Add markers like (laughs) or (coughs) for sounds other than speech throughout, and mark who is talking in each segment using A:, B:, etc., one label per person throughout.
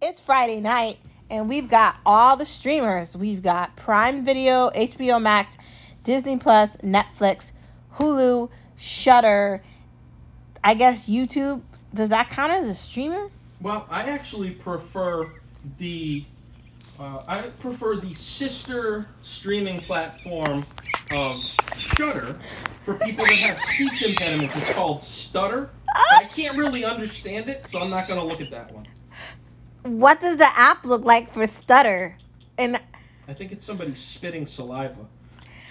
A: it's Friday night, and we've got all the streamers. We've got Prime Video, HBO Max, Disney Plus, Netflix, Hulu, Shutter. I guess YouTube. Does that count as a streamer?
B: Well, I actually prefer the uh, I prefer the sister streaming platform of Shutter for people that have speech impediments. It's called Stutter. I
A: Oh.
B: can't really understand it, so I'm not gonna look at that one.
A: What does the app look like for Stutter? And
B: I think it's somebody spitting saliva.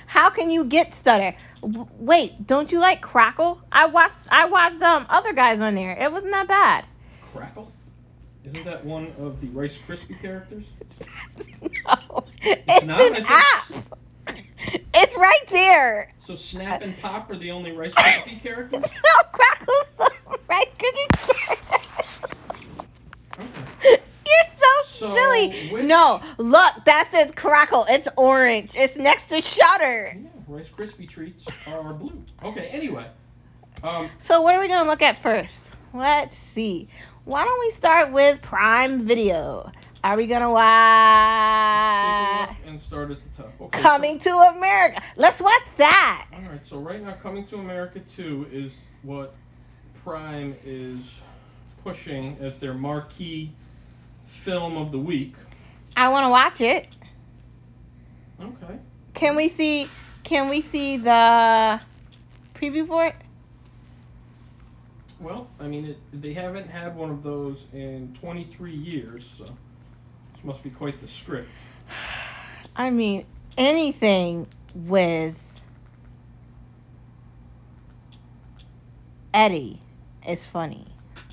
A: how can you get Stutter? W- wait, don't you like Crackle? I watched I watched um other guys on there. It wasn't that bad.
B: Crackle? Isn't that one of the Rice Krispie characters?
A: (laughs) no, it's
B: not?
A: an
B: I think
A: app. It's right there.
B: So Snap and Pop are the only Rice Krispie
A: (laughs)
B: characters?
A: No, Crackle's the (laughs) right
B: Okay.
A: (laughs) You're so,
B: So,
A: silly.
B: which-
A: No, look, that says Crackle. It's orange. It's next to Shutter.
B: Yeah, Rice Krispie treats are blue. Okay, anyway. Um,
A: So what are we gonna look at first? Let's see. Why don't we start with Prime Video? Are we gonna
B: take
A: watch
B: a look and start at the top. Okay, so-
A: Uh, Coming to America? Let's watch that.
B: All right, so right now, Coming to America 2 is what Prime is pushing as their marquee film of the week.
A: I wanna watch it.
B: Okay.
A: Can we see? Can we see the preview for it?
B: Well, I mean, it, they haven't had one of those in 23 years, so this must be quite the script.
A: I mean, anything with Eddie is funny.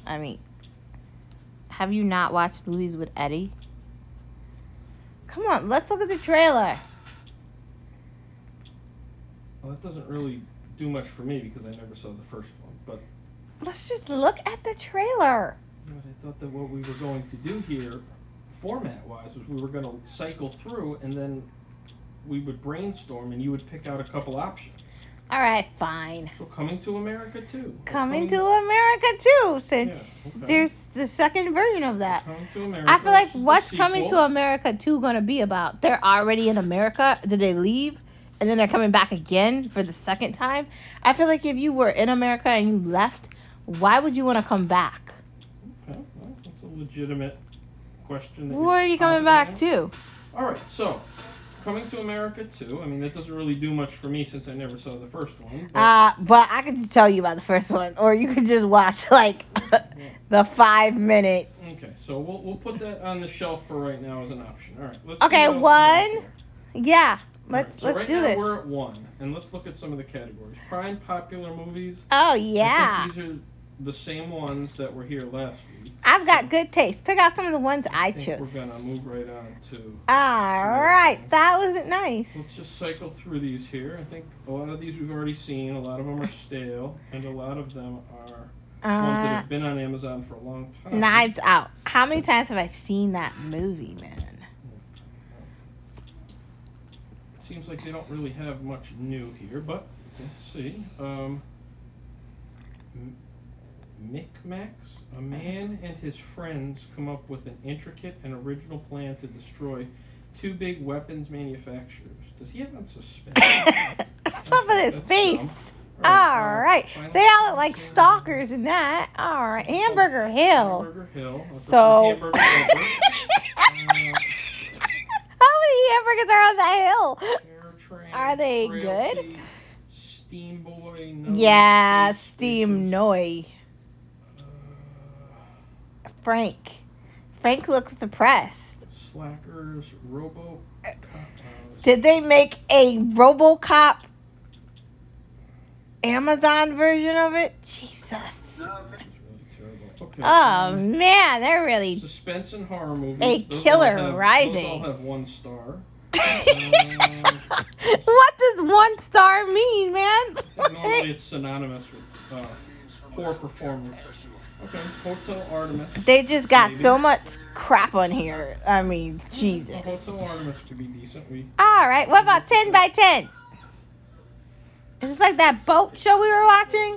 A: I mean, have you not watched movies with Eddie? Come on, let's look at the trailer.
B: Well, that doesn't really do much for me because I never saw the first one, but
A: Let's just look at the trailer.
B: But I thought that what we were going to do here, format-wise, was we were going to cycle through and then we would brainstorm and you would pick out a couple options.
A: All right, fine.
B: So coming to America too. Or
A: Coming to America too, since
B: Yeah, okay.
A: there's the second version of that.
B: Coming to America.
A: I feel like
B: which is the
A: what's coming to
B: sequel.
A: America 2 gonna be about? They're already in America. Did they leave? And then they're coming back again for the second time? I feel like if you were in America and you left, why would you want to come back?
B: Okay, well, that's a legitimate question. that
A: Where are you coming
B: positing
A: back
B: there.
A: to?
B: All right, so coming to America too. I mean, that doesn't really do much for me since I never saw the first one. but-
A: Uh, but I could just tell you about the first one, or you could just watch (laughs) like the five minute.
B: okay, so we'll we'll put that on the shelf for right now as an option. All right, let's. see
A: Okay,
B: what else we got
A: one.
B: here.
A: Yeah,
B: All right,
A: let's
B: so
A: let's
B: right
A: do
B: now
A: this.
B: We're at one, and let's look at some of the categories. Prime popular movies.
A: Oh
B: I
A: yeah,
B: think these are the same ones that were here last week.
A: I've got good taste. Pick out some of the ones I,
B: think
A: chose.
B: We're gonna move right on to.
A: All right, that wasn't nice.
B: Let's just cycle through these here. I think a lot of these we've already seen. A lot of them are stale, and a lot of them are ones that
A: Uh,
B: have been on Amazon for a long time.
A: Knives Out. How many times have I seen that movie, man? (laughs)
B: It seems like they don't really have much new here, but let's see. Um, M- Micmacs. A man and his friends come up with an intricate and original plan to destroy two big weapons manufacturers. Does he have on suspenders?
A: (laughs) What's up with his
B: That's
A: face?
B: dumb.
A: All
B: um,
A: right,
B: Final
A: they all look like
B: Fantasy.
A: stalkers in that. All right, Hamburger Hill.
B: Hamburger Hill. I prefer
A: So. (laughs)
B: Hamburger Hill.
A: How many hamburgers are on that hill?
B: Air Train,
A: Are they good?
B: Frailty, Steam Boy. No
A: Yeah,
B: Space Station.
A: Steam Noi.
B: Uh,
A: Frank. Frank looks depressed.
B: Slackers, Robo.
A: Uh,
B: Cop- uh,
A: Did they make a RoboCop Amazon version of it? Jesus.
B: this is really terrible. Okay.
A: Oh
B: um,
A: man, they're really. (laughs)
B: Suspense and horror movies.
A: A
B: those all
A: killer
B: have- Those all
A: rising.
B: have
A: (laughs)
B: one star.
A: what does one star mean, man? (laughs)
B: Normally it's synonymous with uh, poor performance. Okay, Hotel Artemis.
A: they just got
B: Maybe.
A: so much crap on here. I mean, Jesus.
B: Hotel Artemis could be decent. We
A: All right, what about 10 by 10? Is this like that boat show we were watching?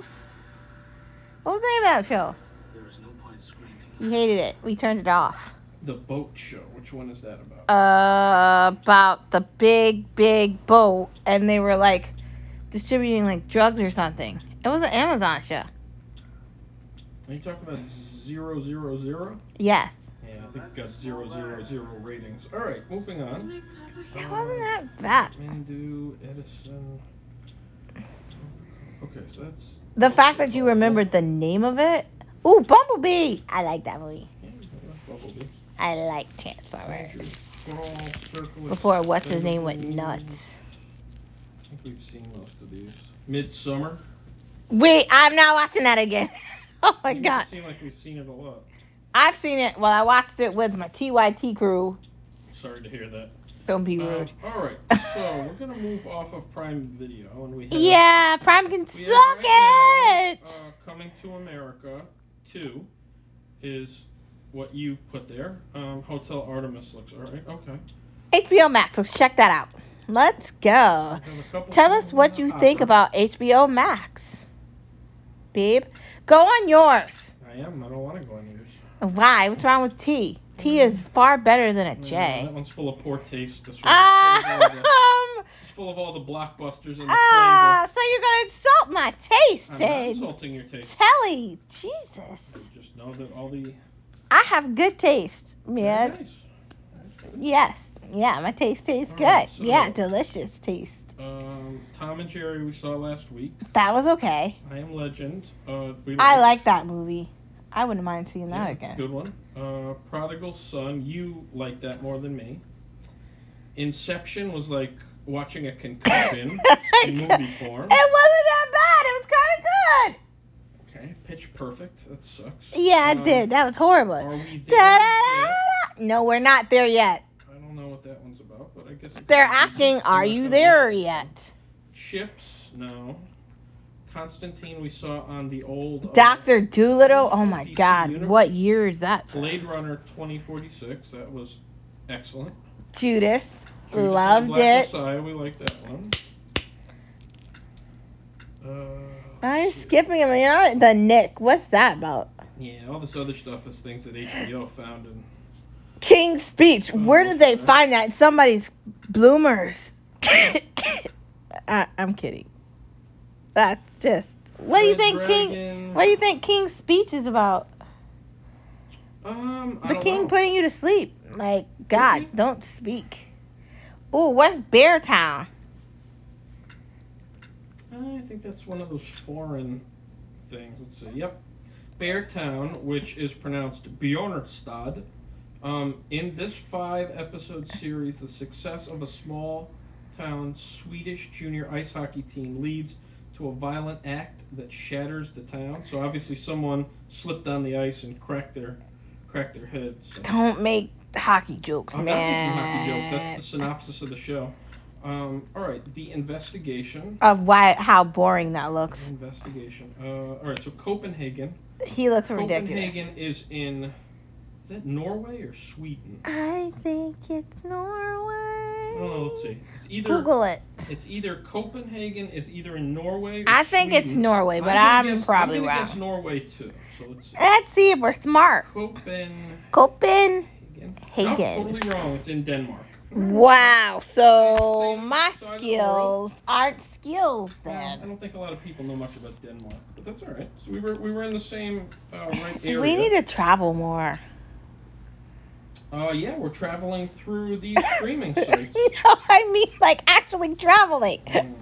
A: What was the name of that show?
C: There is no point screaming.
A: We hated it. We turned it off.
B: The Boat Show. Which one is that about?
A: uh, about the big, big boat, and they were like distributing like drugs or something. It was an Amazon show.
B: Are you talking about zero zero zero?
A: Yes.
B: Yeah, I think it got zero zero zero ratings. All right, moving on.
A: It wasn't that bad.
B: Hindu Edison. Okay, so that's.
A: The fact that you remembered the name of it. Ooh, Bumblebee! I like that movie.
B: Yeah, Bumblebee.
A: I like Transformers.
B: Crawl, circle,
A: Before what's his name went
B: circle.
A: nuts.
B: I think we've seen most of these. Midsummer.
A: Oh, Wait, I'm not watching that again. (laughs) Oh my
B: Doesn't
A: god.
B: Seem like we've seen it a lot.
A: I've seen it. Well, I watched it with my TYT crew.
B: Sorry to hear that.
A: Don't be
B: Um,
A: rude.
B: all
A: (laughs)
B: right, so we're gonna move off of Prime Video, and we have
A: Yeah, Prime can
B: we
A: suck
B: have right
A: it.
B: now, uh, coming to America, two is what you put there. Um, Hotel Artemis looks all right. Okay.
A: HBO Max. So check that out. Let's
B: We
A: go.
B: have a couple
A: Tell
B: things
A: us
B: in
A: what
B: the
A: you think
B: hopper.
A: about HBO Max, babe. Go on yours.
B: I am. I don't want to go on yours.
A: Why? What's wrong with T? T is far better than a
B: No,
A: J.
B: Uh, That one's full of poor taste. This one.
A: Ah!
B: It's full of all the-
A: Um.
B: it's full of all the blockbusters and the
A: Ah, so you're gonna insult my taste,
B: flavor. I'm not
A: Ted?
B: insulting your taste.
A: Telly, Jesus.
B: Just know that all the
A: I have good taste,
B: Very
A: man.
B: nice.
A: Yes. Yeah, my taste tastes good.
B: Alright, Oh, so-
A: yeah, delicious taste.
B: Um, Tom and Jerry we saw last week.
A: That was okay.
B: I Am Legend. Uh, we
A: I like that movie. I wouldn't mind seeing
B: Yeah,
A: that
B: it's a
A: again. (laughs)
B: Good one. Uh, Prodigal Son. You like that more than me. Inception was like watching a
A: (laughs)
B: concussion in movie form.
A: It wasn't that bad. It was kind of
B: Okay. Pitch Perfect. That sucks.
A: good. Yeah,
B: Um,
A: it did. That was horrible.
B: Are we there? yet?
A: Da-da-da-da-da. No, we're not there yet.
B: I don't know what that one's about, but I guess. it
A: They're
B: could be.
A: asking,
B: I'm
A: are
B: not
A: you
B: gonna
A: there
B: look at
A: yet?
B: it. Chips. No. Constantine we saw on the old. uh,
A: Dr. Doolittle? Oh my
B: DC
A: god,
B: Universe.
A: what year is that? from?
B: Blade Runner 2046. That was excellent.
A: Judas.
B: Judas and
A: Loved
B: Black
A: it.
B: Messiah, we like that one. Uh,
A: I'm
B: shit.
A: skipping him. You're not the Nick. What's that about?
B: Yeah, all this other stuff is things that HBO found and
A: King's
B: Oh,
A: Speech. Where did they find that? Somebody's bloomers. (coughs) I, I'm kidding. That's just. What do you
B: Red
A: think King?
B: Dragon.
A: What do you think King's Speech is about?
B: um. I
A: The
B: don't
A: king
B: know.
A: putting you to sleep. Like God,
B: Mhm.
A: don't speak. Ooh, what's Bear Town?
B: I think that's one of those foreign things. Let's see. Yep. Beartown, which is pronounced Bjornstad. Um, in this five episode series, the success of a small town Swedish junior ice hockey team leads to a violent act that shatters the town. So obviously someone slipped on the ice and cracked their cracked their head. So.
A: Don't make hockey jokes,
B: I'm not making
A: man.
B: hockey jokes. That's the synopsis of the show. Um, all right, the investigation.
A: Of why? How boring that looks.
B: Investigation. Uh, all right, so Copenhagen.
A: He looks ridiculous.
B: Copenhagen is in. Is that Norway or Sweden?
A: I think it's Norway.
B: I don't know. Oh, Let's see. It's either.
A: Google it.
B: It's either Copenhagen is either in Norway. Or
A: I think it's
B: Sweden.
A: Norway, but
B: gonna
A: I'm
B: guess-
A: probably
B: I'm gonna
A: wrong.
B: guess Norway too. So let's
A: (laughs)
B: see.
A: Let's see if we're smart.
B: Copenhagen.
A: Copenhagen.
B: Nope, totally wrong. It's in Denmark.
A: Wow. So
B: Same
A: my
B: side of the
A: skills aren't skills
B: Yeah, I
A: then.
B: don't think a lot of people know much about Denmark, but that's all right. So we were we were in the same uh, right area.
A: We need to travel
B: (laughs)
A: more.
B: Uh, yeah, we're traveling through
A: (laughs)
B: these streaming sites.
A: you know, I mean, like actually traveling.
B: Mm.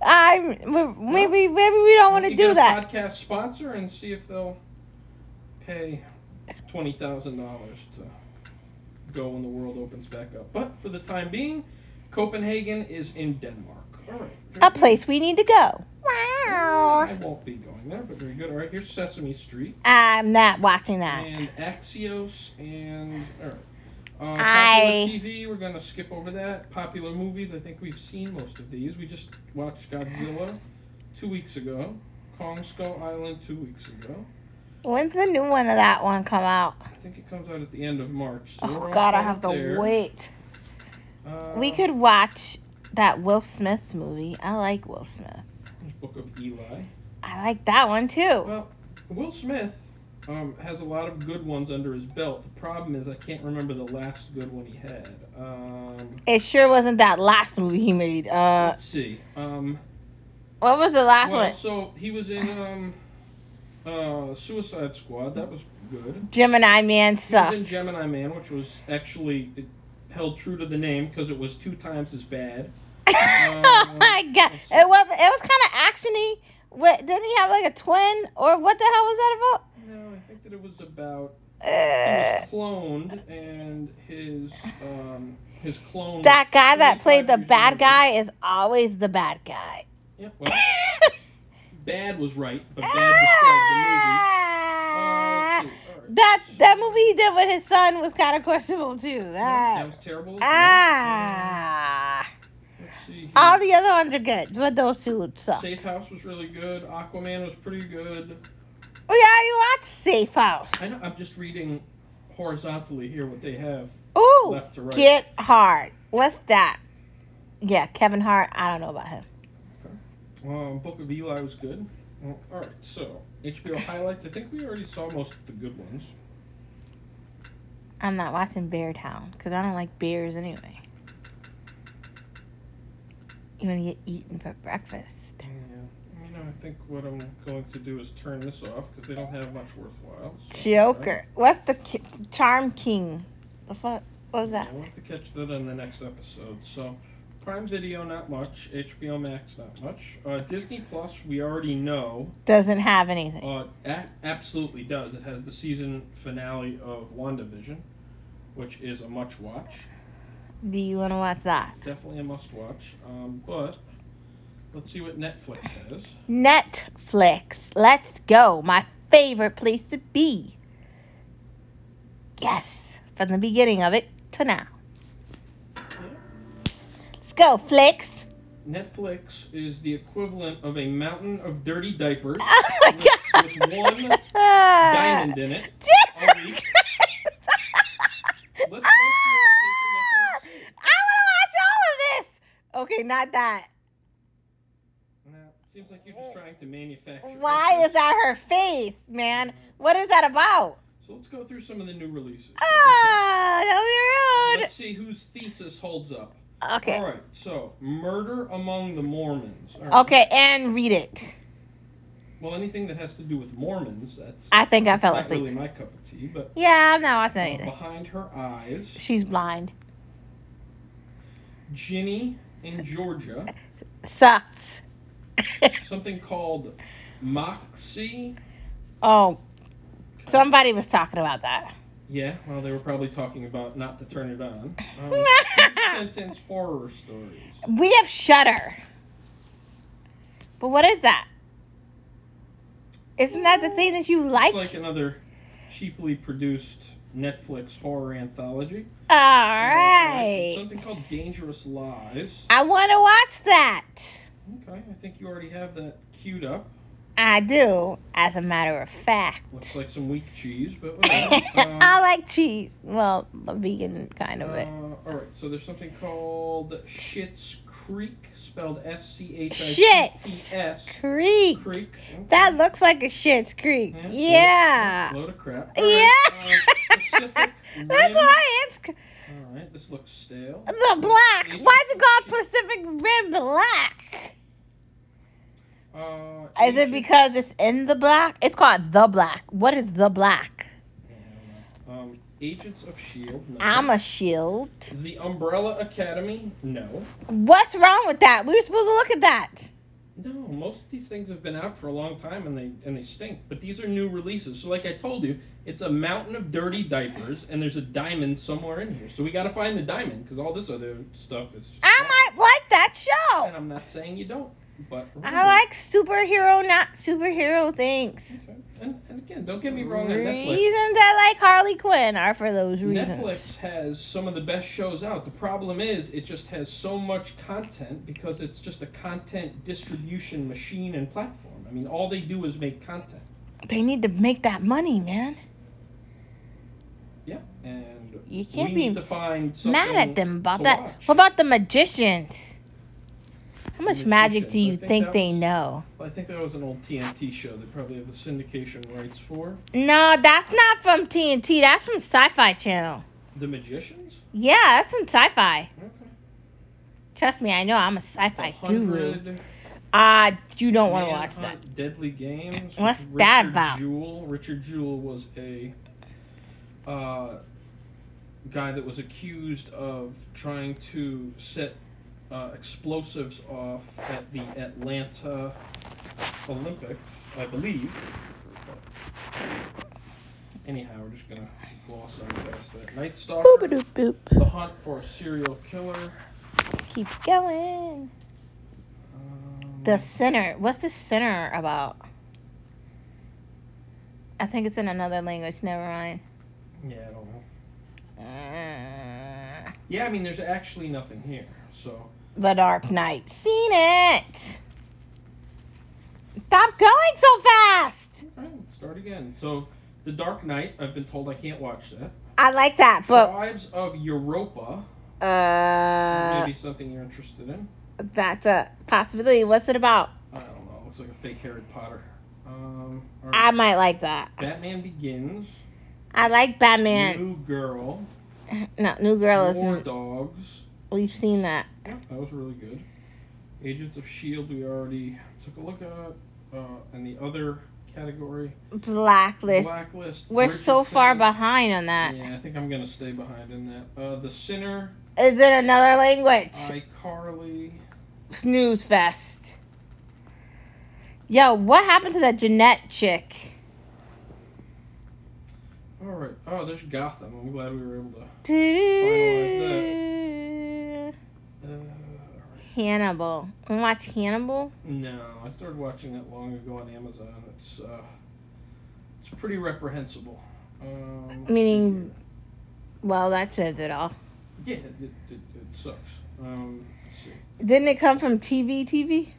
A: I'm m- maybe maybe we don't want to
B: You
A: do
B: get
A: that.
B: A podcast sponsor and see if they'll pay twenty thousand dollars to go when the world opens back up. But for the time being, Copenhagen is in Denmark. All right.
A: A
B: very good.
A: place we need to go.
B: I
A: Wow.
B: won't be going there, but very good. All right, here's Sesame Street
A: I'm not watching that.
B: and Axios and all right. Uh, popular
A: I-
B: TV, we're gonna skip over that. Popular movies, I think we've seen most of these. We just watched Godzilla two weeks ago, Kong Skull Island two weeks ago.
A: When's the new one of that one come out?
B: I think it comes out at the end of March. so we're
A: Oh
B: all
A: God, I
B: caught
A: have
B: up
A: to
B: there.
A: wait.
B: Uh,
A: We could watch that Will Smith movie. I like Will Smith.
B: there's Book of Eli.
A: I like that one too.
B: Well, Will Smith Um, has a lot of good ones under his belt. The problem is I can't remember the last good one he had. Um,
A: It sure wasn't that last movie he made. Uh,
B: let's see. Um,
A: what was the last
B: well,
A: one?
B: so he was in um, uh, Suicide Squad. That was good.
A: Gemini Man
B: He was in
A: (laughs) sucked.
B: Gemini Man, which was actually it held true to the name because it was two times as bad.
A: oh my god,
B: let's see.
A: it was it was kind of actiony. What didn't he have like a twin or what the hell was
B: No, I think that it was about he
A: that about? Uh,
B: was cloned and his um his clone.
A: that guy that
B: 25
A: played the
B: years
A: bad
B: younger.
A: guy is always the bad
B: (laughs)
A: guy.
B: Yeah, well, bad was right,
A: (laughs)
B: but bad
A: Ah!
B: described the movie. Uh, let's see, all right.
A: That that movie he did with his son was kind of questionable too.
B: No, that
A: That,
B: was terrible. as well.
A: ah,
B: Uh, Let's see. here.
A: all the other ones are good, but those two suck.
B: Safe House was really good. Aquaman was pretty good.
A: Oh yeah, you watch Safe House.
B: I know, I'm just reading horizontally here what they have.
A: Ooh,
B: left to right.
A: Get Hard. What's that? Yeah, Kevin Hart. I don't know about him.
B: Um, Book of Eli was good. Well, all right, so HBO highlights. I think we already saw most of the good ones.
A: I'm not watching Beartown because I don't like bears anyway. You want to get eaten for breakfast.
B: Yeah. You know, I think what I'm going to do is turn this off because they don't have much worthwhile. so-
A: Joker. What's the ki- Charm King? The fuck? What was that?
B: Yeah, we'll have to catch that on the next episode. So, Prime Video, not much. HBO Max, not much. Uh, Disney Plus, we already know.
A: Doesn't have anything.
B: Uh, a- absolutely does. It has the season finale of WandaVision, which is a much watch.
A: Do you want to watch that?
B: Definitely a must watch. Um, but let's see what Netflix has.
A: Netflix. Let's go. My favorite place to be. Yes. From the beginning of it to now. Let's go, Flix.
B: Netflix is the equivalent of a mountain of dirty diapers
A: Oh my
B: with,
A: god.
B: with one diamond
A: (laughs)
B: in it.
A: Jesus
B: a week.
A: Christ.
B: Let's go through and take a look and see.
A: I want to watch all of this. Okay, not that.
B: Nah, seems like you're just trying to manufacture.
A: Why
B: interest.
A: is that her face, man? What is that about?
B: So let's go through some of the new releases.
A: Oh,
B: Let's see whose thesis holds
A: that
B: up.
A: be rude.
B: All
A: Okay.
B: right. So, Murder Among the Mormons. All right.
A: Okay, and read it.
B: Well, anything that has to do with Mormons, that's
A: I think I fell
B: not
A: asleep.
B: really my cup of tea, but
A: Yeah, I'm not watching
B: uh,
A: anything.
B: Behind Her Eyes,
A: She's blind.
B: Ginny in Georgia,
A: Sucks. (laughs)
B: something called Moxie.
A: oh, somebody was talking about that.
B: Yeah, well, they were probably talking about not to turn
A: (laughs)
B: it on. Um, sentence horror stories.
A: We have Shutter. But what is that? Isn't that the thing that you like?
B: It's like another cheaply produced Netflix horror anthology. Uh,
A: All right.
B: Something
A: Uh,
B: called Dangerous Lies.
A: I want to watch that.
B: Okay, I think you already have that queued up.
A: I do, as a matter of fact. (laughs)
B: Looks like some weak cheese, but whatever. Um,
A: I like cheese. Well, a vegan kind of it.
B: uh, all right, so there's something called Shit's Creek, spelled
A: Shit's
B: S-C-H-I-T-S.
A: Creek.
B: Creek. Okay.
A: That looks like a shit's creek.
B: Yeah,
A: Yeah.
B: load- Load of crap. All
A: Yeah.
B: right, uh,
A: (laughs)
B: Pacific
A: That's Um,
B: Rim.
A: why it's c-
B: All right, this looks stale.
A: the black.
B: Agent
A: Why is it called
B: Shit.
A: Pacific Rim Black?
B: Uh,
A: Is it
B: Agent-
A: because it's in the black? It's called the black. What is the black?
B: Um, Agents of Shield. E No.
A: I'm a shield.
B: The Umbrella Academy. No.
A: What's wrong with that? We were supposed to look at that.
B: No. Most of these things have been out for a long time and they and they stink. But these are new releases. So like I told you, it's a mountain of dirty diapers and there's a diamond somewhere in here. So we gotta find the diamond because all this other stuff is. Just
A: I might like that
B: And
A: show.
B: I'm not saying you don't, but. remember-
A: I like superhero, not superhero things.
B: Okay. And, and again, don't get me wrong. On Netflix.
A: Reasons I like Harley Quinn are for those reasons.
B: Netflix has some of the best shows out. The problem is it just has so much content because it's just a content distribution machine and platform. I mean, all they do is make content.
A: They need to make that money, man.
B: Yeah. And
A: You can't
B: we
A: be
B: need to find something
A: Mad at them about
B: to
A: that.
B: watch.
A: What about the magicians? How much
B: magician.
A: magic do
B: I
A: you
B: think
A: think
B: that
A: they
B: was-
A: know?
B: I think that was an old TNT show. They probably have the syndication rights for
A: No, that's not from TNT. That's from Sci-Fi Channel.
B: the magicians.
A: Yeah, that's from Sci-Fi.
B: Okay.
A: Trust me, I know. I'm a Sci-Fi
B: The
A: guru.
B: 100,
A: Ah, you don't want to watch that.
B: Manhunt, Deadly Games. with
A: What's
B: Richard
A: that about?
B: Jewell. Richard Jewell was a uh, guy that was accused of trying to set uh, explosives off at the Atlanta Olympics, I believe. Anyhow, we're just gonna gloss on past that. Night
A: Boop
B: Stalker.
A: doop boop.
B: The Hunt for a Serial Killer.
A: Keep going.
B: Um,
A: The sinner. What's the sinner about? I think it's in another language. Never mind.
B: Yeah, I don't know.
A: Uh,
B: Yeah, I mean, there's actually nothing here, so.
A: the Dark Knight. Seen it. Stop going so fast.
B: Alright, start again. So, The Dark Knight, I've been told I can't watch that.
A: I like that, but
B: Tribes of Europa,
A: uh,
B: maybe something you're interested in.
A: that's a possibility. What's it about?
B: I don't know, looks like a fake Harry Potter. Um, all right.
A: I might like that.
B: Batman Begins,
A: I like Batman.
B: New Girl,
A: (laughs) No, New Girl
B: War
A: is.
B: Dogs.
A: We've seen that.
B: Yeah, that was really good. Agents of S.H.I.E.L.D. E we already took a look at. Uh, and the other category,
A: Blacklist.
B: Blacklist.
A: We're so far
B: Bridgerton.
A: behind on that.
B: Yeah, I think I'm gonna stay behind in that. Uh, the Sinner,
A: Is it another language?
B: iCarly.
A: Snooze fest. Yo, what happened to that Jeanette chick?
B: All right. Oh, there's Gotham. I'm glad we were able to.
A: Doo-doo.
B: Uh, all right.
A: Hannibal. Wanna Watch Hannibal.
B: No, I started watching that long ago on Amazon. It's uh, it's pretty reprehensible. Um, let's see
A: Meaning- Well, that says it all.
B: here. Yeah, it, it, it, it sucks. Um, let's see.
A: Didn't it come from TV? TV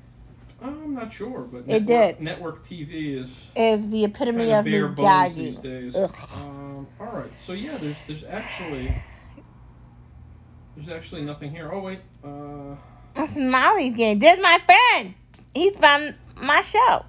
B: I'm not sure, but
A: It
B: network,
A: did.
B: network TV is
A: is the
B: kind
A: epitome
B: of
A: of
B: bare
A: me
B: bones these
A: gagging.
B: days.
A: Ugh.
B: Um, all right. So yeah, there's there's actually there's actually nothing here. Oh wait. Uh,
A: That's Molly again. This my friend. He's from my show.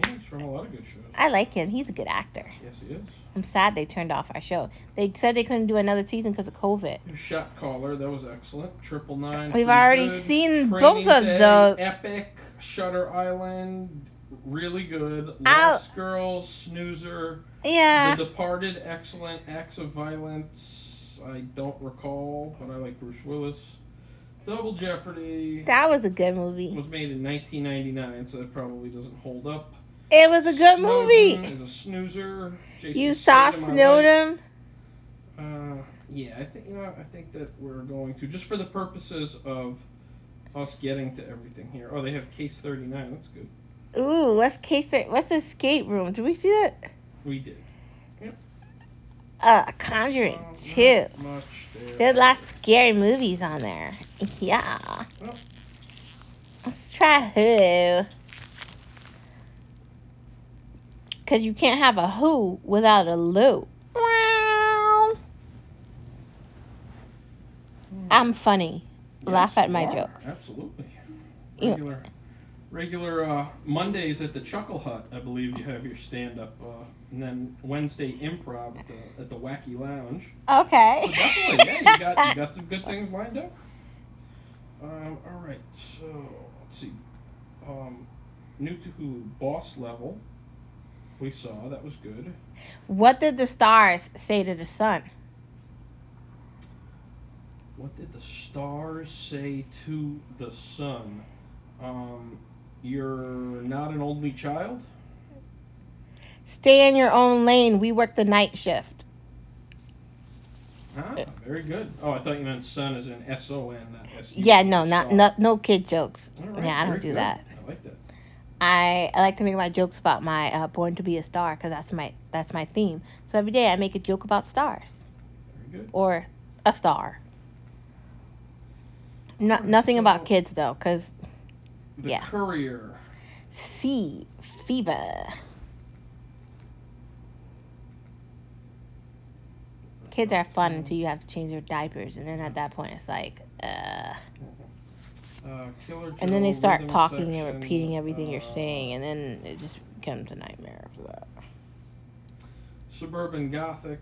B: yeah, it's from a lot of good shows.
A: I like him. He's a good actor.
B: Yes, he is.
A: I'm sad they turned off our show. They said they couldn't do another season because of COVID.
B: Shot caller, that was excellent. Triple nine.
A: We've
B: pretty
A: already
B: good.
A: seen
B: Training
A: both of
B: Day,
A: those.
B: Epic, Shutter Island, really good.
A: Ow.
B: Lost Girls, Snoozer,
A: Yeah.
B: The Departed, excellent. Acts of Violence, I don't recall, but I like Bruce Willis. Double Jeopardy
A: That was a good movie.
B: was made in 1999, so that probably doesn't hold up.
A: It was a good
B: Snowden
A: movie.
B: Is a snoozer. Jason
A: You saw
B: Statham, I like.
A: Snowden?
B: Uh, yeah, I think you know. I think that we're going to just for the purposes of us getting to everything here. Oh, they have case thirty nine. That's good.
A: Ooh, what's case? What's escape room? Did we see that?
B: We did.
A: Uh, Conjuring
B: So,
A: Two.
B: not Much there.
A: There's a lot of scary movies on there. Yeah.
B: Well.
A: Let's try Who. Cause you can't have a Who without a Lou. Meow. I'm funny. laugh at my
B: you are.
A: jokes.
B: Absolutely.
A: Ew.
B: Regular, regular uh, Mondays at the Chuckle Hut. I believe you have your stand up, uh, and then Wednesday improv at the, at the Wacky Lounge.
A: Okay.
B: So Oh, definitely, yeah, you got you got some
A: (laughs)
B: good things lined up. Um, all right, so let's see. Um, new to Hulu, Boss Level. We saw that was good.
A: What did the stars say to the sun?
B: What did the stars say to the sun? Um, you're not an only child.
A: Stay in your own lane. We work the night shift.
B: Ah, very good. Oh, I thought you meant sun as in S O N, not S U.
A: Yeah, no, not
B: star.
A: no, no kid jokes.
B: All right,
A: yeah, I
B: very
A: don't do
B: good.
A: that.
B: I like that.
A: I, I like to make my jokes about my uh, born to be a star because that's my that's my theme. So every day I make a joke about stars
B: Very good.
A: or a star. No,
B: Alright,
A: nothing
B: so-
A: about kids though, cause
B: The
A: yeah.
B: Courier.
A: C fever. Kids are fun until you have to change their diapers, and then at that point it's like, uh,
B: Uh, Uh, Killer Joe,
A: And then they start
B: Rhythm
A: talking and
B: Section,
A: repeating everything you're
B: uh,
A: saying, and then it just becomes a nightmare after that.
B: Suburban Gothic,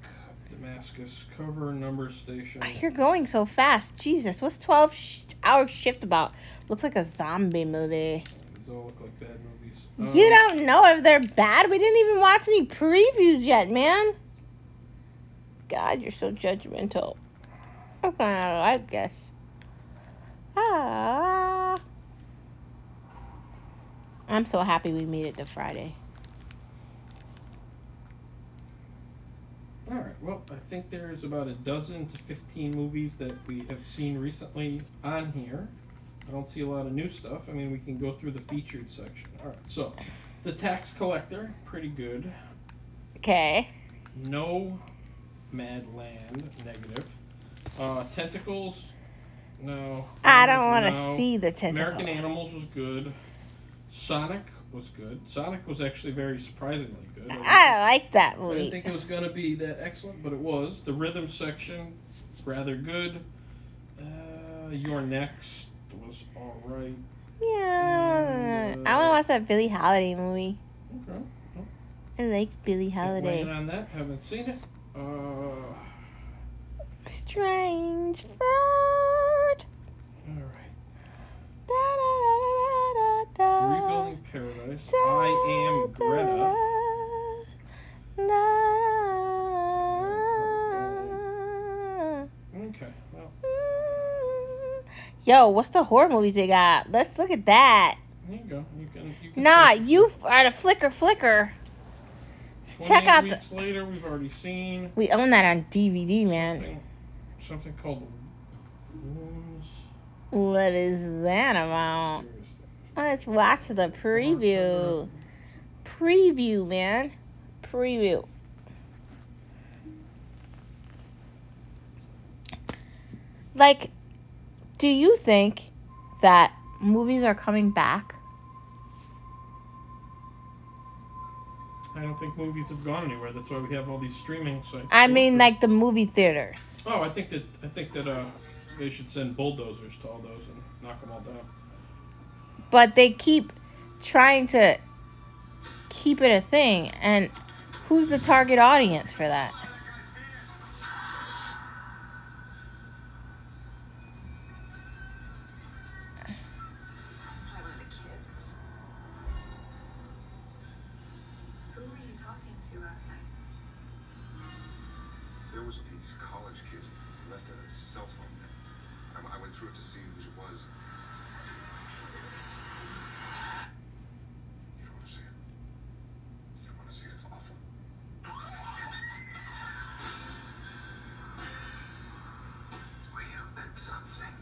B: Damascus Cover, Number Station.
A: Ah, You're going so fast. Jesus, what's 12 sh- hour shift about? Looks like a zombie movie.
B: These all look like bad movies.
A: you
B: Um,
A: don't know if they're bad. We didn't even watch any previews yet, man. God, you're so judgmental. Okay, I guess. Ah. I'm so happy we made it to Friday.
B: All right. Well, I think there's about a dozen to 15 movies that we have seen recently on here. I don't see a lot of new stuff. I mean, we can go through the featured section. All right. So, The Tax Collector, pretty good.
A: Okay.
B: No Madland, negative. Uh, Tentacles, no.
A: I don't want
B: American,
A: to
B: no.
A: see the tentacles.
B: American Animals was good. Sonic was good. Sonic was actually very surprisingly good.
A: (laughs) I like that
B: I
A: movie.
B: didn't think it was going to be that excellent, but it was. The rhythm section, rather good. Uh, Your Next was alright.
A: yeah.
B: Mm,
A: I want
B: uh,
A: to watch that Billie Holiday movie.
B: Okay.
A: I like Billie
B: Can't weigh in
A: Holiday.
B: on that. Haven't seen it. Uh,
A: Strange bird.
B: alright.
A: Da, da, da, da, da, da.
B: Rebuilding Paradise. I am Greta. Okay. Well,
A: Yo, what's the horror movies they got? Let's look at that.
B: there you go. You can. You can
A: Nah,
B: take-
A: you f- are the flicker flicker.
B: 28
A: Check out the.
B: weeks later, we've already seen
A: We own that on DVD, man.
B: something, something called Wounds.
A: What is that about?
B: Serious thing.
A: Let's watch the preview. Preview, man. Preview. Like, do you think that movies are coming back?
B: I don't think movies have gone anywhere. That's why we have all these streaming sites.
A: I
B: to
A: mean,
B: look at.
A: like the movie theaters.
B: Oh, I think that I think that uh, they should send bulldozers to all those and knock them all down.
A: But they keep trying to keep it a thing. And who's the target audience for that?
C: It's probably the kids. Who were you talking to last night?
D: There was these college kids who left a cell phone. I, I went through it to see who it was. You don't want to see it. You don't want to see it. It's awful. We opened something.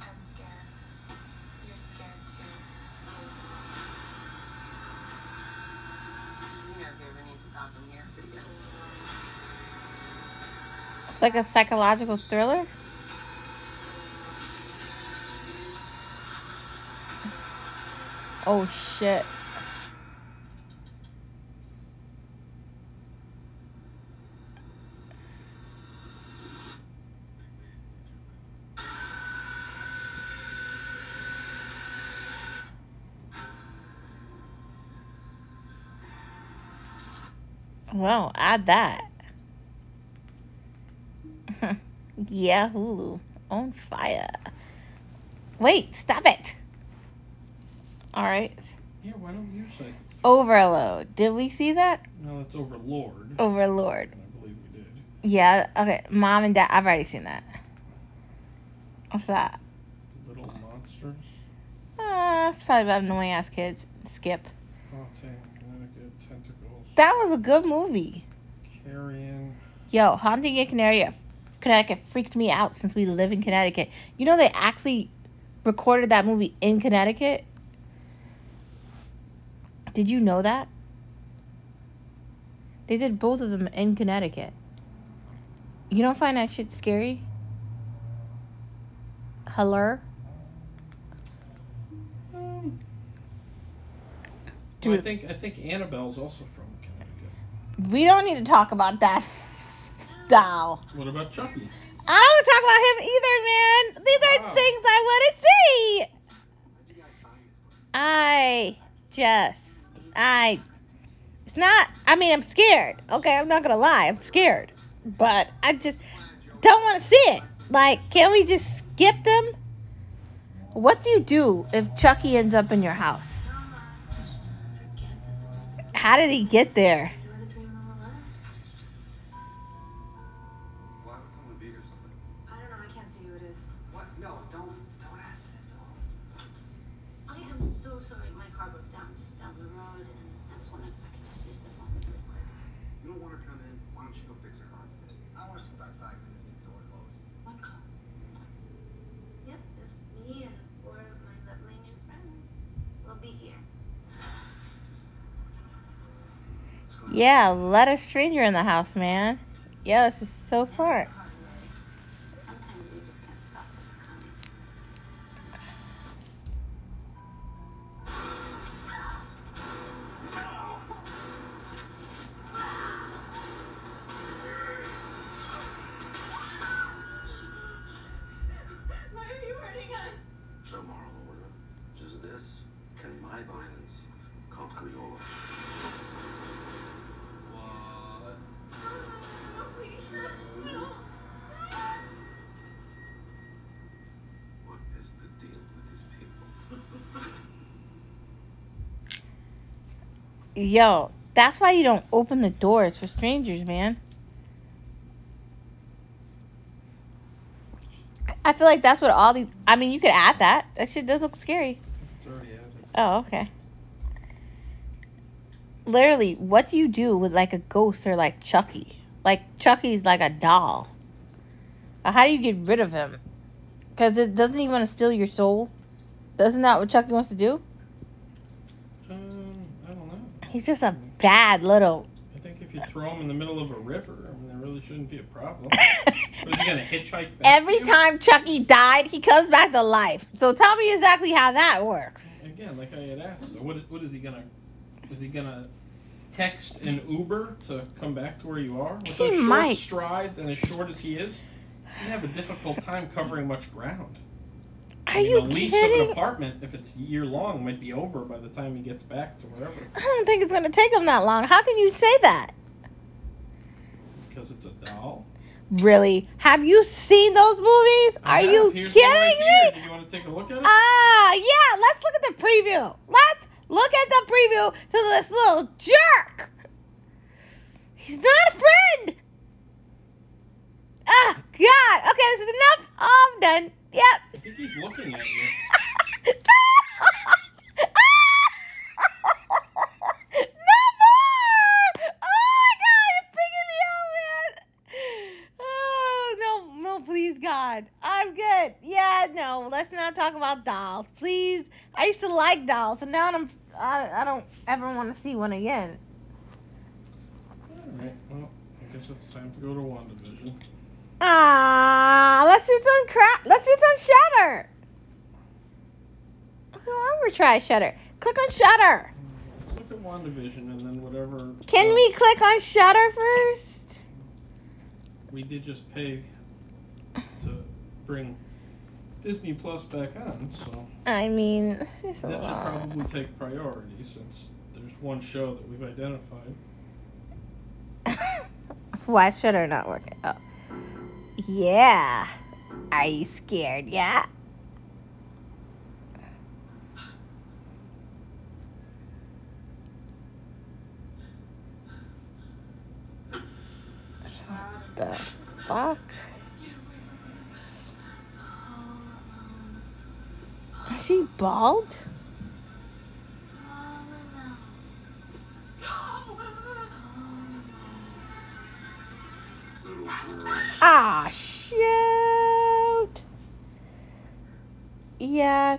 C: I'm scared. You're scared too.
E: You know, if you ever need to talk, I'm here for you.
A: It's like a psychological thriller? Oh shit. Well, add that. (laughs) yeah, Hulu on fire. Wait, stop it. All right.
B: Yeah, why don't you say?
A: Overload. Did we see that?
B: No, that's Overlord.
A: Oh. Overlord.
B: I believe we did.
A: Yeah, okay. Mom and dad, I've already seen that. What's that?
B: Little monsters.
A: Uh, it's probably about annoying ass kids. Skip.
B: Haunting, Connecticut, tentacles.
A: That was a good movie.
B: Carrion.
A: Yo, Haunting in Connecticut, Connecticut freaked me out since we live in Connecticut. You know, they actually recorded that movie in Connecticut? Did you know that? They did both of them in Connecticut. You don't find that shit scary? Hello?
B: Um,
A: Do
B: I
A: it.
B: think I think Annabelle's also from Connecticut.
A: (laughs) We don't need to talk about that. Dow.
B: What about Chucky?
A: I don't want to talk about him either, man. These are things I want to see.
B: Wow.
D: Where'd you guys find this place?
A: I just, I, it's not, I mean, I'm scared. Okay, I'm not going to lie. I'm scared. But I just don't want to see it. Like, can we just skip them? What do you do if Chucky ends up in your house? How did he get there?
D: Why would someone be here something?
E: I don't know, I can't see who it is.
D: What? No, don't, don't answer that door.
E: I am so sorry my car broke down just down the road and I was wondering if I could just use the phone really quick.
D: You don't want her to come in? Why don't you go fix her car instead? I want to be back five minutes if the door is closed.
E: One car. Yep, just me and four of my lovely new friends. We'll be here.
D: What's going on?
A: Yeah, let a stranger in the house, man. Yeah, this is so smart.
E: Sometimes you just can't stop what's coming. (laughs) Why are you hurting us?
D: So, moral order, does this, can my violence conquer (laughs) yours? What?
E: No, please, no.
D: What is the deal with these people?
A: Yo, that's why you don't open the doors for strangers, man. I feel like that's what all these. I mean, you could add that. That shit does look scary.
B: It's already happened.
A: Oh, okay. Literally, what do you do with like a ghost or like Chucky? Like Chucky's like a doll. Uh, How do you get rid of him? Cause it doesn't he want to steal your soul? Doesn't that what Chucky wants to do?
B: Um, I don't know.
A: He's just a bad little.
B: I think if you throw them in the middle of a river, I mean, there really shouldn't be
A: (laughs)
B: a problem. Was he gonna hitchhike back?
A: Every
B: to you?
A: time Chucky died, he comes back to life. So tell me exactly how that works.
B: Again, like I had asked, what what is he gonna? Is he gonna text an Uber to come back to where you are? With
A: He
B: those short
A: might.
B: strides and as short as he is, he'd have a difficult time covering much ground.
A: Are
B: I mean,
A: you
B: the lease of an
A: kidding?
B: apartment, if it's year long, might be over by the time he gets back to wherever.
A: I don't think it's gonna take him that long. How can you say that?
B: Because it's a doll.
A: Really? Have you seen those movies? Are
B: I have.
A: you
B: Here's one right
A: kidding
B: here. Do
A: me?
B: you want to take a look at it?
A: Ah, yeah. Let's look at the preview. Let's look at the preview to this little jerk. He's not a friend. Ah, God. Okay, this is enough. Oh, I'm done.
B: I
A: Yep.
B: think he's looking at you.
A: No more! Oh my God, you're freaking me out, man. Oh no, no, please, God, I'm good. Yeah, no, let's not talk about dolls, please. I used to like dolls, so now I'm, I, I don't ever want to see one again.
B: Alright, well, I guess it's time to go to WandaVision.
A: Ah, let's do some crap. Let's do some Shutter. Oh, I'm gonna try Shutter. Click on Shutter.
B: Let's look at WandaVision and then whatever.
A: Can
B: uh,
A: we click on Shutter first?
B: We did just pay to bring Disney Plus back on, so
A: I mean, it's a
B: that should
A: lot. (laughs)
B: probably take priority since there's one show that we've identified.
A: Why should I not work it out? Yeah. Are you scared? Yeah. What the fuck? Is she bald?
D: Little girl.
A: Ah, shoot. Yeah,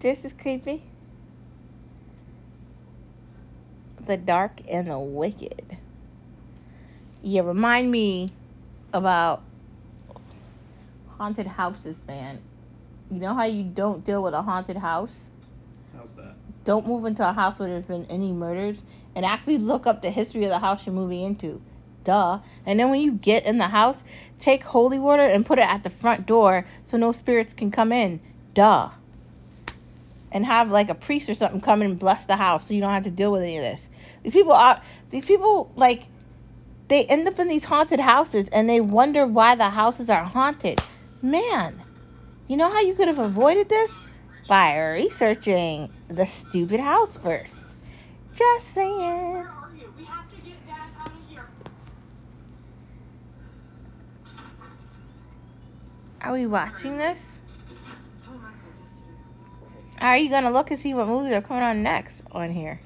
A: this is creepy. The dark and the wicked. Yeah, remind me about haunted houses, man. You know how you don't deal with a haunted house?
B: How's that?
A: Don't move into a house where there's been any murders and actually look up the history of the house you're moving into. duh. And then when you get in the house, take holy water and put it at the front door so no spirits can come in, duh. And have like a priest or something come and bless the house so you don't have to deal with any of this. These people are these people like they end up in these haunted houses and they wonder why the houses are haunted. Man, you know how you could have avoided this? By researching the stupid house first. Just saying.
F: Where are you? We have to get Dad out of here.
A: Are we watching this?
F: Oh my goodness.
A: Are you gonna look and see what movies are coming on next on here?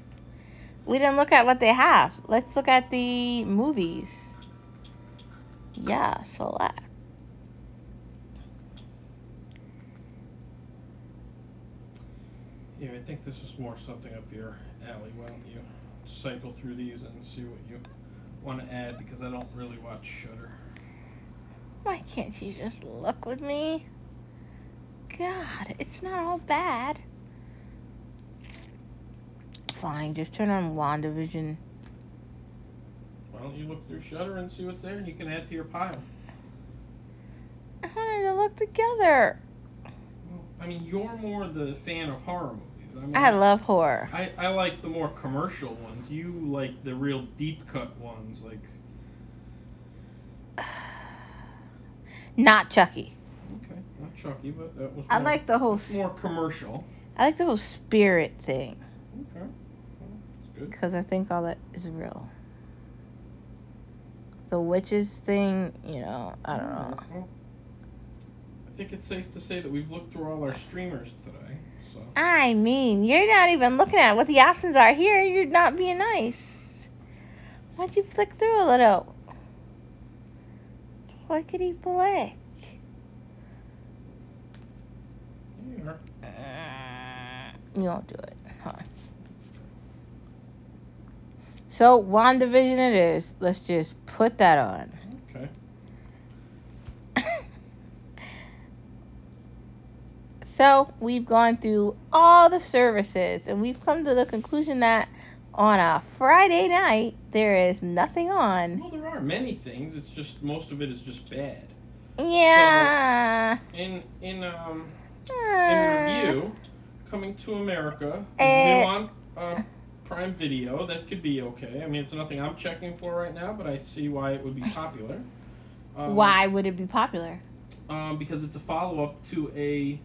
A: We didn't look at what they have. Let's look at the movies. Yeah, select.
B: Yeah, I think this is more something up your alley. Why don't you cycle through these and see what you want to add? Because I don't really watch Shudder.
A: Why can't you just look with me? God, it's not all bad. Fine, just turn on WandaVision.
B: Why don't you look through Shudder and see what's there, and you can add to your pile.
A: I wanted to look together.
B: Well, I mean, you're more the fan of horror movies. I, mean,
A: I love horror.
B: I, I like the more commercial ones. You like the real deep cut ones, like
A: (sighs) Not Chucky.
B: okay, not Chucky, but that was.
A: I
B: more-
A: like the whole
B: that's more commercial.
A: I like the whole spirit thing.
B: Okay, well, that's good.
A: Because I think all that is real. The witches thing, you know, I don't know.
B: Alright, well, I think it's safe to say that we've looked through all our streamers today. So
A: I mean, you're not even looking at what the options are here. You're not being nice. Why'd you flick through a little? Flickety flick.
B: here you are.
A: You won't do it. Huh. So, WandaVision it is. Let's just put that on. (laughs)
B: Okay.
A: so we've gone through all the services and we've come to the conclusion that on a Friday night there is nothing on.
B: Well, there are many things. It's just most of it is just bad.
A: Yeah.
B: In in um
A: Uh,
B: in review, coming to America,
A: Eh.
B: new on uh, Prime Video. That could be okay. I mean, it's nothing I'm checking for right now, but I see why it would be popular. Um,
A: Why would it be popular?
B: Um, because it's a follow up to a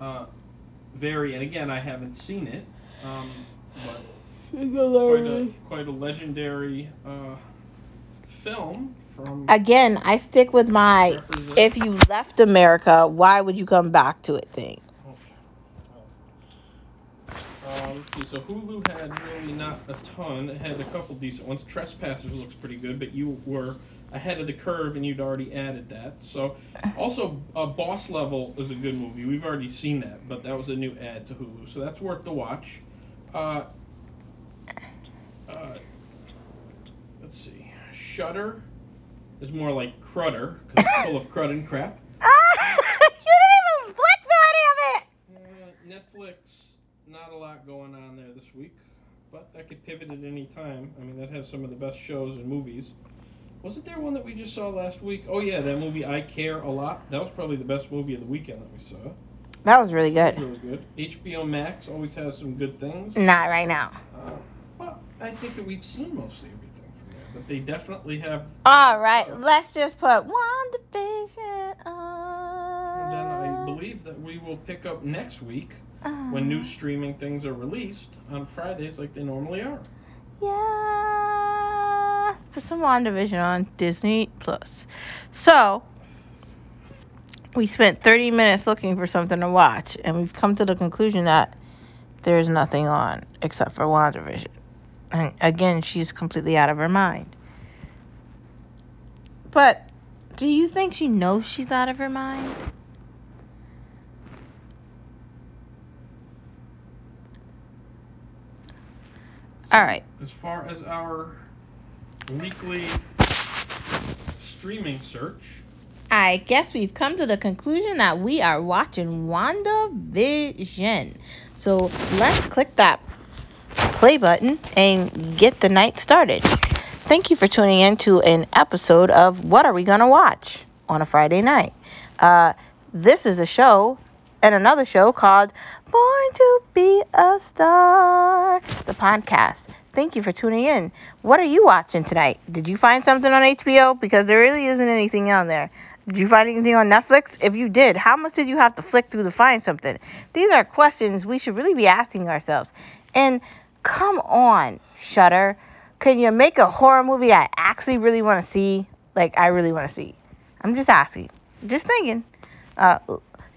B: uh, very, and again, I haven't seen it, um, but quite a, quite a legendary uh, film from.
A: Again, I stick with my
B: Represent-
A: if you left America, why would you come back to it thing. (laughs)
B: Um, let's see, so Hulu had really not a ton. It had a couple decent ones. Trespassers looks pretty good, but you were ahead of the curve and you'd already added that. So, also, uh, Boss Level is a good movie. We've already seen that, but that was a new ad to Hulu, so that's worth the watch. Uh, uh, let's see. Shudder is more like Crudder, 'cause it's full of crud and crap.
A: Ah, you didn't even flick through any of it.
B: Uh, Netflix, not a lot going on there this week, but that could pivot at any time. I mean, that has some of the best shows and movies. Wasn't there one that we just saw last week? Oh yeah, that movie I Care a Lot. That was probably the best movie of the weekend that we saw.
A: That was really
B: That was
A: good.
B: really good. HBO Max always has some good things.
A: Not right now.
B: Uh, well, I think that we've seen mostly everything from there, but they definitely have.
A: All right,
B: Uh,
A: let's just put one division on. Uh,
B: And then I believe that we will pick up next week when
A: Uh-huh.
B: new streaming things are released on Fridays like they normally are.
A: Yeah. Put some WandaVision on Disney Plus. So we spent 30 minutes looking for something to watch, and we've come to the conclusion that there's nothing on except for WandaVision. And again, she's completely out of her mind. But do you think she knows she's out of her mind? All right.
B: As far as our weekly streaming search,
A: I guess we've come to the conclusion that we are watching WandaVision. So let's click that play button and get the night started. Thank you for tuning in to an episode of What Are We Gonna Watch on a Friday night. Uh, this is a show and another show called Born to Be a Star, the podcast. Thank you for tuning in. What are you watching tonight? Did you find something on HBO? Because there really isn't anything on there. Did you find anything on Netflix? If you did, how much did you have to flick through to find something? These are questions we should really be asking ourselves. And come on, Shutter, can you make a horror movie I actually really want to see? Like I really want to see. I'm just asking, just thinking. Uh,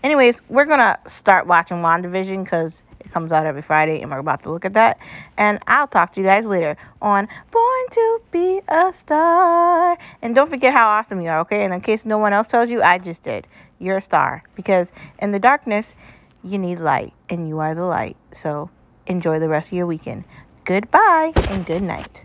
A: anyways, we're gonna start watching WandaVision because it comes out every Friday, and we're about to look at that. And I'll talk to you guys later on Born to Be a Star. And don't forget how awesome you are, okay? And in case no one else tells you, I just did. You're a star because in the darkness, you need light, and you are the light. So enjoy the rest of your weekend. Goodbye and good night.